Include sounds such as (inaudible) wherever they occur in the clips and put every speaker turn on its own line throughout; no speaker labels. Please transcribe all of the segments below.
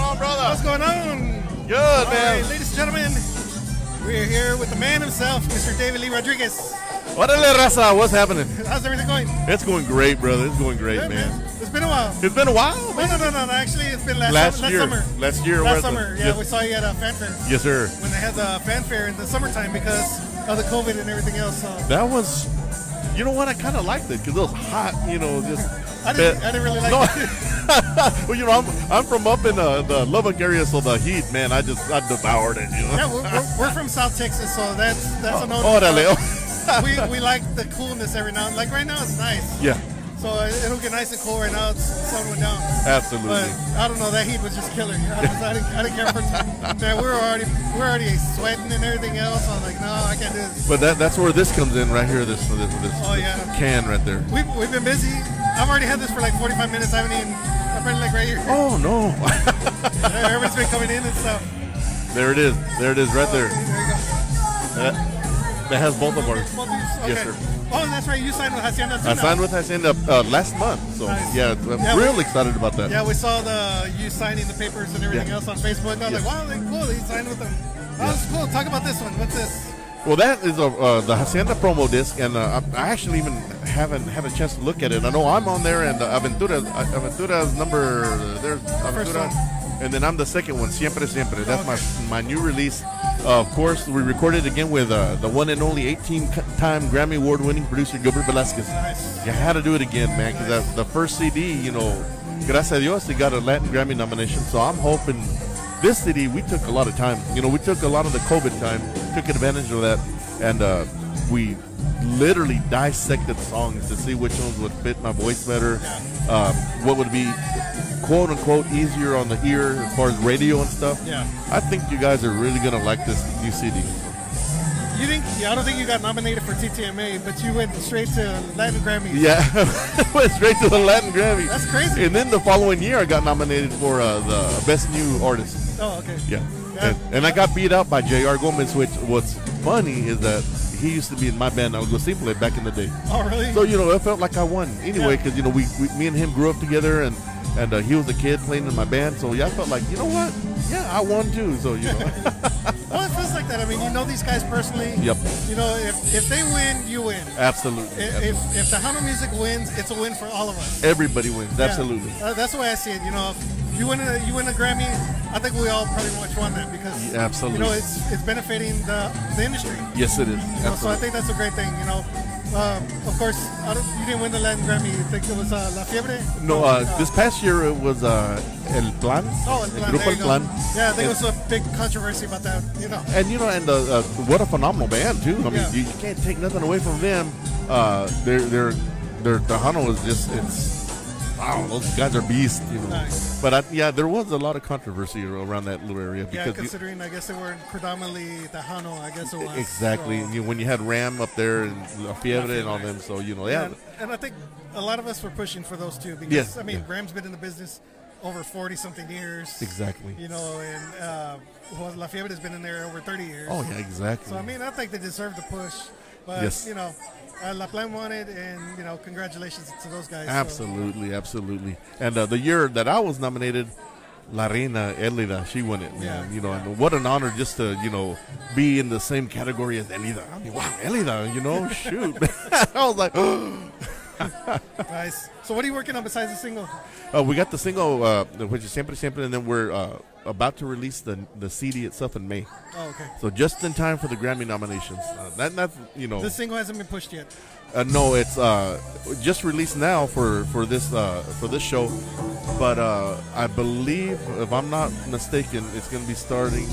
what's going on?
Good,
All right,
man.
ladies and gentlemen, we're here with the man himself, Mr. David Lee Rodriguez.
What a raza. What's happening?
How's everything going?
It's going great, brother. It's going great,
Good,
man.
It's been a while.
It's been a while,
No,
man.
no, no, no, no. Actually, it's been last,
Last
summer,
year.
last summer.
Last year, we're
Last
at the-
summer, yeah.
yes.
We saw you at a fan fair
Yes, sir.
when they had the fan fair in the summertime because of the COVID and everything else. So
That was, you know what? I kind of liked it because it was hot, you know, just.
(laughs) I didn't, I didn't really like
No. (laughs)
it.
well, you know, I'm, I'm from up in the, the Lubbock area, so the heat, man, I just, I devoured it, you know. Oh,
Yeah, we're,
(laughs)
we're, we're from South Texas, so that's that's a no.
Órale.
(laughs) we, we like the coolness every now and Like right now, it's nice.
(laughs) yeah,
So it- it'll get nice and cool right now. It's sun went down.
absolutely.
But I don't know. That heat was just killing. I, was, I, didn't, I didn't care for it. Man, we were already we were already sweating and everything else. I was like, no, I can't do this.
But that, that's where this comes in right here, this, this, this
Oh, yeah.
can right there.
We've, we've been busy. I've already had this for like 45 minutes. I haven't even. I'm probably like right here. (laughs)
Oh, no.
Everybody's been coming in and stuff.
there it is. There it is right there.
There you go.
That, that has both of ours.
Both of these? Okay.
Yes, sir.
Oh, that's right. You signed with Hacienda.
I
Tuna.
signed with Hacienda uh, last month, so
Nice.
yeah, I'm
Yeah,
real
we-
excited about that.
Yeah, we saw the you signing the papers and everything
Yeah.
else on Facebook. I was
Yes.
like, wow, they cool. They signed with them. Oh, that's cool. Talk about this one. What's this?
Well, that is a, uh, the Hacienda promo disc, and uh, I I actually even haven't had a chance to look at it. I know I'm on there, and uh, Aventura, uh, Aventura's number, there's
first
Aventura, and then I'm the second one, Siempre Siempre. That's
Okay.
my my new release. Uh, of course, we recorded again with uh, the one and only 18-time Grammy Award-winning producer Gilbert Velasquez.
Nice.
You had to do it again, man, because the first CD, you know, gracias a Dios, it got a Latin Grammy nomination. So I'm hoping this CD, we took a lot of time. You know, we took a lot of the COVID time, took advantage of that, and uh, we literally dissected songs to see which ones would fit my voice better, um, what would be quote unquote easier on the ear as far as radio and stuff.
Yeah.
I think you guys are really going to like this new CD.
You think? Yeah, I don't think you got nominated for TTMA, but you went straight to Latin Grammys.
Yeah, (laughs) went straight to the Latin Grammy.
That's crazy.
And then the following year, I got nominated for uh, the Best New Artist.
Oh, okay.
Yeah.
Yeah.
And, and I got beat out by J.R. Gomez, which what's funny is that he used to be in my band, Algo Simple, back in the day.
Oh, really?
So, you know, it felt like I won anyway,
Yeah.
because, you know, we, we, me and him grew up together, and, and uh, he was a kid playing in my band. So, yeah, I felt like, you know what? Yeah, I won too. So, you know,
(laughs) well, it feels like that. I mean, you know these guys personally.
Yep.
You know, if, if they win, you win.
absolutely.
If,
absolutely.
if, if the Hano music wins, it's a win for all of us.
Everybody wins.
Yeah.
Absolutely.
Uh, that's the way I see it. You know, if you win a you win a Grammy, I think we all pretty much won that because
Yeah, absolutely.
You know, it's it's benefiting the the industry.
Yes, it is.
You know, so I
Absolutely.
think that's a great thing. You know, um, of course, I don't, you didn't win the Latin Grammy. You think it was uh, La Fiebre?
No, uh, this past year it was uh, El Plan.
Oh, El Plan.
Grupo
there
El
you go.
Plan.
Yeah, I think it
And-
was a big controversy about that. You know.
And you know, and uh, uh, what a phenomenal band too. I mean,
Yeah.
you, you can't take nothing away from them. Uh, their their their Tejano is just it's wow. Those guys are beasts, you know.
Nice.
But I, yeah, there was a lot of controversy around that little area
Yeah,
because you-
considering I guess they were predominantly Tejano, I guess it was.
exactly
So-
you, when you had Ram up there and La Fiebre and all them. So you know, yeah,
And, and I think a lot of us were pushing for those too because
Yeah,
I mean
yeah.
Graham's been in the business over forty something years.
Exactly.
You know, and uh, well, La Fiebre has been in there over thirty years.
oh yeah, exactly.
So I mean, I think they deserve the push, but
Yes.
you know, uh, La Plan won it, and you know, congratulations to those guys. So-
Absolutely, absolutely. And uh, the year that I was nominated, La Reina Elida, she won it, man.
Yeah,
you know, and what an honor just to, you know, be in the same category as Elida. I mean, wow, Elida, you know, shoot. (laughs) I was like, (gasps) uh,
Nice. So what are you working on besides the single?
uh, we got the single, uh, which is Siempre Siempre, and then we're uh, about to release the, the CD itself in May.
Oh, okay.
So just in time for the Grammy nominations. Uh, that, that's, you know.
This single hasn't been pushed yet.
Uh, no, it's uh, just released now for for this uh, for this show, but uh, I believe, if I'm not mistaken, it's going to be starting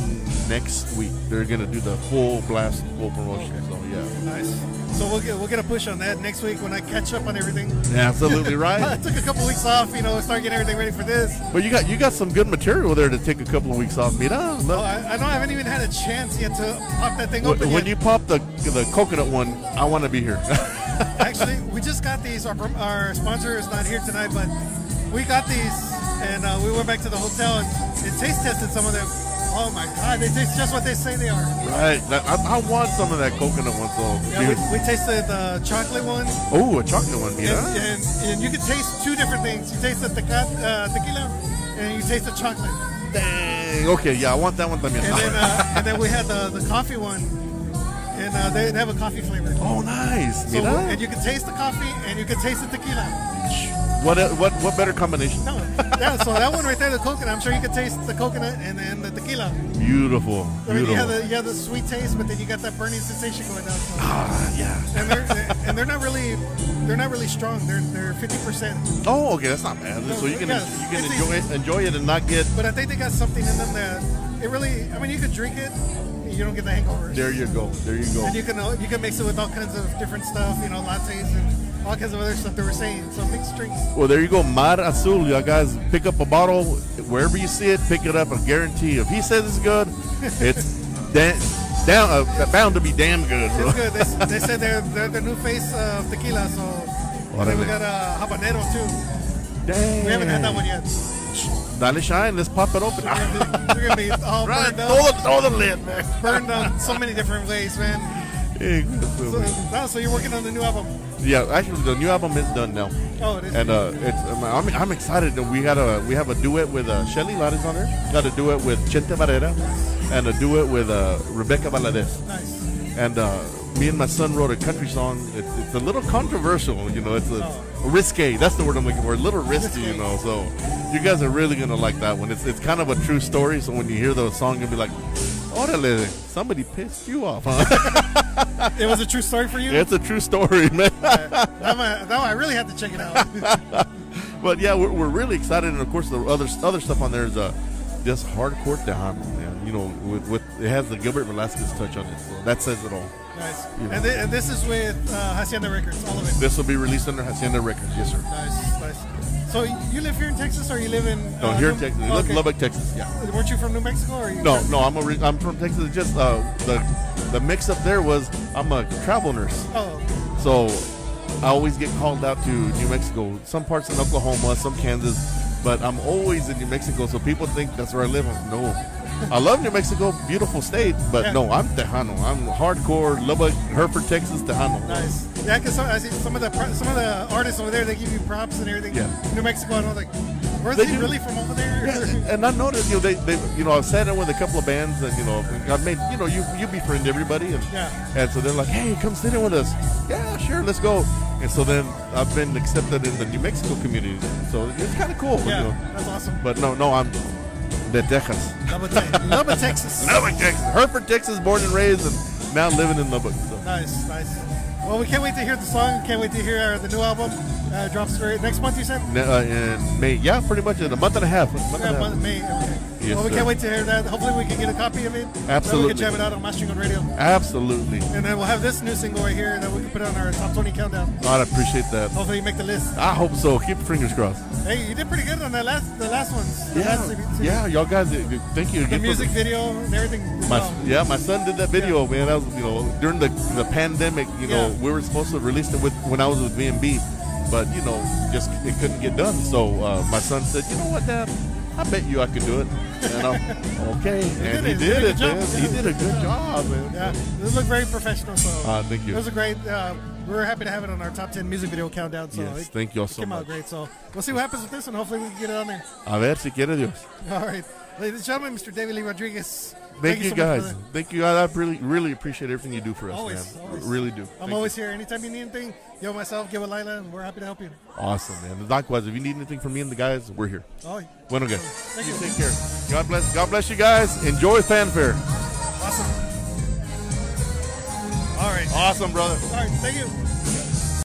next week. They're going to do the full blast, full promotion. So yeah,
Nice. So we'll get we'll get a push on that next week when I catch up on everything.
yeah,
(laughs)
absolutely
I
right.
took a couple weeks off, you know, start getting everything ready for this.
But you got you got some good material there to take a couple of weeks off. Mira,
Oh,
look,
I, I know I haven't even had a chance yet to pop that thing open
when, when
yet.
you pop the the coconut one, I want to be here.
(laughs) Actually, we just got these. Our, prom- our sponsor is not here tonight, but we got these, and uh, we went back to the hotel and, and taste tested some of them. Oh my God, they taste just what they say they are.
right, That- I, I want some of that coconut one. So
Yeah, we, we tasted the chocolate one,
oh, a chocolate one, Mira.
and, and, and you can taste two different things. You taste the teca- uh, tequila, and you taste the chocolate.
Dang. Okay, yeah, I want that one también.
And then, uh, and then we had the, the coffee one, and uh, they, they have a coffee flavor.
oh, nice.
So,
Mira.
and you can taste the coffee and you can taste the tequila.
what, uh, what, what better combination?
No, yeah, so that one right there, the coconut. I'm sure you can taste the coconut and then the tequila.
Beautiful.
I mean,
Beautiful.
you have the you have the sweet taste, but then you got that burning sensation going down. So-
ah, yeah.
and they're and they're not really they're not really strong. They're they're fifty percent.
Oh, okay, that's not bad. So you can
yeah,
you can
it's
enjoy it, enjoy it and not get.
But I think they got something in them that it really. I mean, you could drink it, and you don't get the hangovers.
There you go. There you go.
And you can uh, you can mix it with all kinds of different stuff. You know, lattes and all kinds of other stuff they were saying. So mixed drinks.
Well, there you go, Mar Azul. Y'all guys, pick up a bottle wherever you see it. Pick it up. I guarantee, if he says it's good, it's da- down uh, bound to be damn good.
It's
Bro.
good. They, they said they're, they're the new face of tequila. So and then we
Órale.
got a habanero too.
Dang.
We haven't had that one yet.
Dale shine. Let's pop it open.
We're gonna be, we're gonna be all
Right,
burned
throw
up,
the, throw the lid, man.
burned up so many different ways, man. So, no, so you're working on the new album.
Yeah, actually, the new album is done now.
Oh, it is.
and uh, it's I'm, I'm, I'm excited that we had a we have a duet with uh, Shelly Lares on her, got a duet with Chente Barrera, and a duet with uh, Rebecca Valadez.
nice.
And uh, me and my son wrote a country song. It, it's a little controversial, you know. It's a risque. That's the word I'm looking for. A little risky, you know. So you guys are really gonna like that one. It's it's kind of a true story. So when you hear the song, you'll be like, "Orale, somebody pissed you off, huh?" (laughs)
It was a true story for you.
it's a true story, (laughs) man.
That one, that one, I really have to check it out. (laughs)
But yeah, we're, we're really excited, and of course the other other stuff on there is uh, just hardcore down, man. You know, with, with it has the Gilbert Velasquez touch on it, so that says it all.
nice. And, thi- and this is with uh, Hacienda Records, all of it.
This will be released under Hacienda Records, yes sir.
Nice, nice. So you live here in Texas, or you live in?
No,
uh,
here in
New-
Texas,
Okay.
Lubbock, Texas. Yeah.
Weren't you from New Mexico, or you?
No, no, I'm a re- I'm from Texas. It's Just uh, the the mix up there was I'm a travel nurse,
Oh,
so I always get called out to New Mexico. Some parts in Oklahoma, some Kansas, but I'm always in New Mexico. So people think that's where I live. I'm, no, I love New Mexico, beautiful state, but
Yeah.
no, I'm Tejano. I'm hardcore Lubbock, Hereford, Texas, Tejano.
nice. Yeah, because I see some of the pro- some of the artists over there, they give you props and everything.
Yeah.
New Mexico, and I was like, were
They
they,
do.
really from over there? (laughs)
Yeah, and I noticed, you know, they, they, you know, I've sat in with a couple of bands, and you know, I've made, you know, you you befriend everybody, and
Yeah.
and so they're like, hey, come sit in with us. Yeah, sure, let's go. And so then I've been accepted in the New Mexico community, so it's kind of cool.
Yeah,
You know.
that's awesome.
But no, no, I'm de Texas,
Lubbock, Te- Lubbock,
(laughs)
Texas.
Lubbock, Texas, Hereford, Texas, born and raised, and now living in Lubbock. So.
Nice, nice. Well, we can't wait to hear the song. Can't wait to hear uh, the new album. Uh, drops very next month. You said.
N- Uh, in May, yeah, pretty much in a month and a half. a month
Yeah,
and a half.
but me. Okay.
Yes,
well, we
sir.
can't wait to hear that. Hopefully, we can get a copy of it. Then we
Absolutely.
can jam it out on Mastering on Radio.
Absolutely.
And then we'll have this new single right here that we can put on our top 20 countdown.
God, I appreciate that.
Hopefully, you make the list.
I hope so. Keep your fingers crossed.
Hey, you did pretty good on that last, the last ones. The last CD.
Yeah, yeah, y'all guys, uh, thank you.
The
again for
music video and everything. Oh, as
My,
well.
yeah, my son did that video, man. That was you know during the, the pandemic. You know
Yeah.
we were supposed to release it with when I was with B&B, but you know just it couldn't get done. So uh, my son said, you know what, Dad, I bet you I could do it. And
(laughs)
I'm okay, and he
did it.
did it,
He did a good
man.
job.
He did a good job, man.
Yeah, this looked very professional. So
Ah, thank you.
It was a great. Uh, we were happy to have it on our top 10 music video countdown. So
Yes,
it
thank y'all so
came
much.
out great. So we'll see what happens with this, and hopefully we can get it on there. (laughs)
A ver si quiere Dios.
All right, ladies and gentlemen, Mr. David Lee Rodriguez.
Thank, you,
so much for
guys.
the-
Thank you guys. I really really appreciate everything you do for us,
Always,
man.
always.
Really do.
I'm
Thank
always here. Anytime you need anything, yo, myself, get with Lila, and we're happy to help you.
you. awesome, man. Likewise, if you need anything from me and the guys, we're here.
Oh,
Bueno, guys.
Thank
you
you.
take care. God bless. God bless you guys. Enjoy fanfare.
awesome. All right.
Awesome, brother.
All right. Thank you.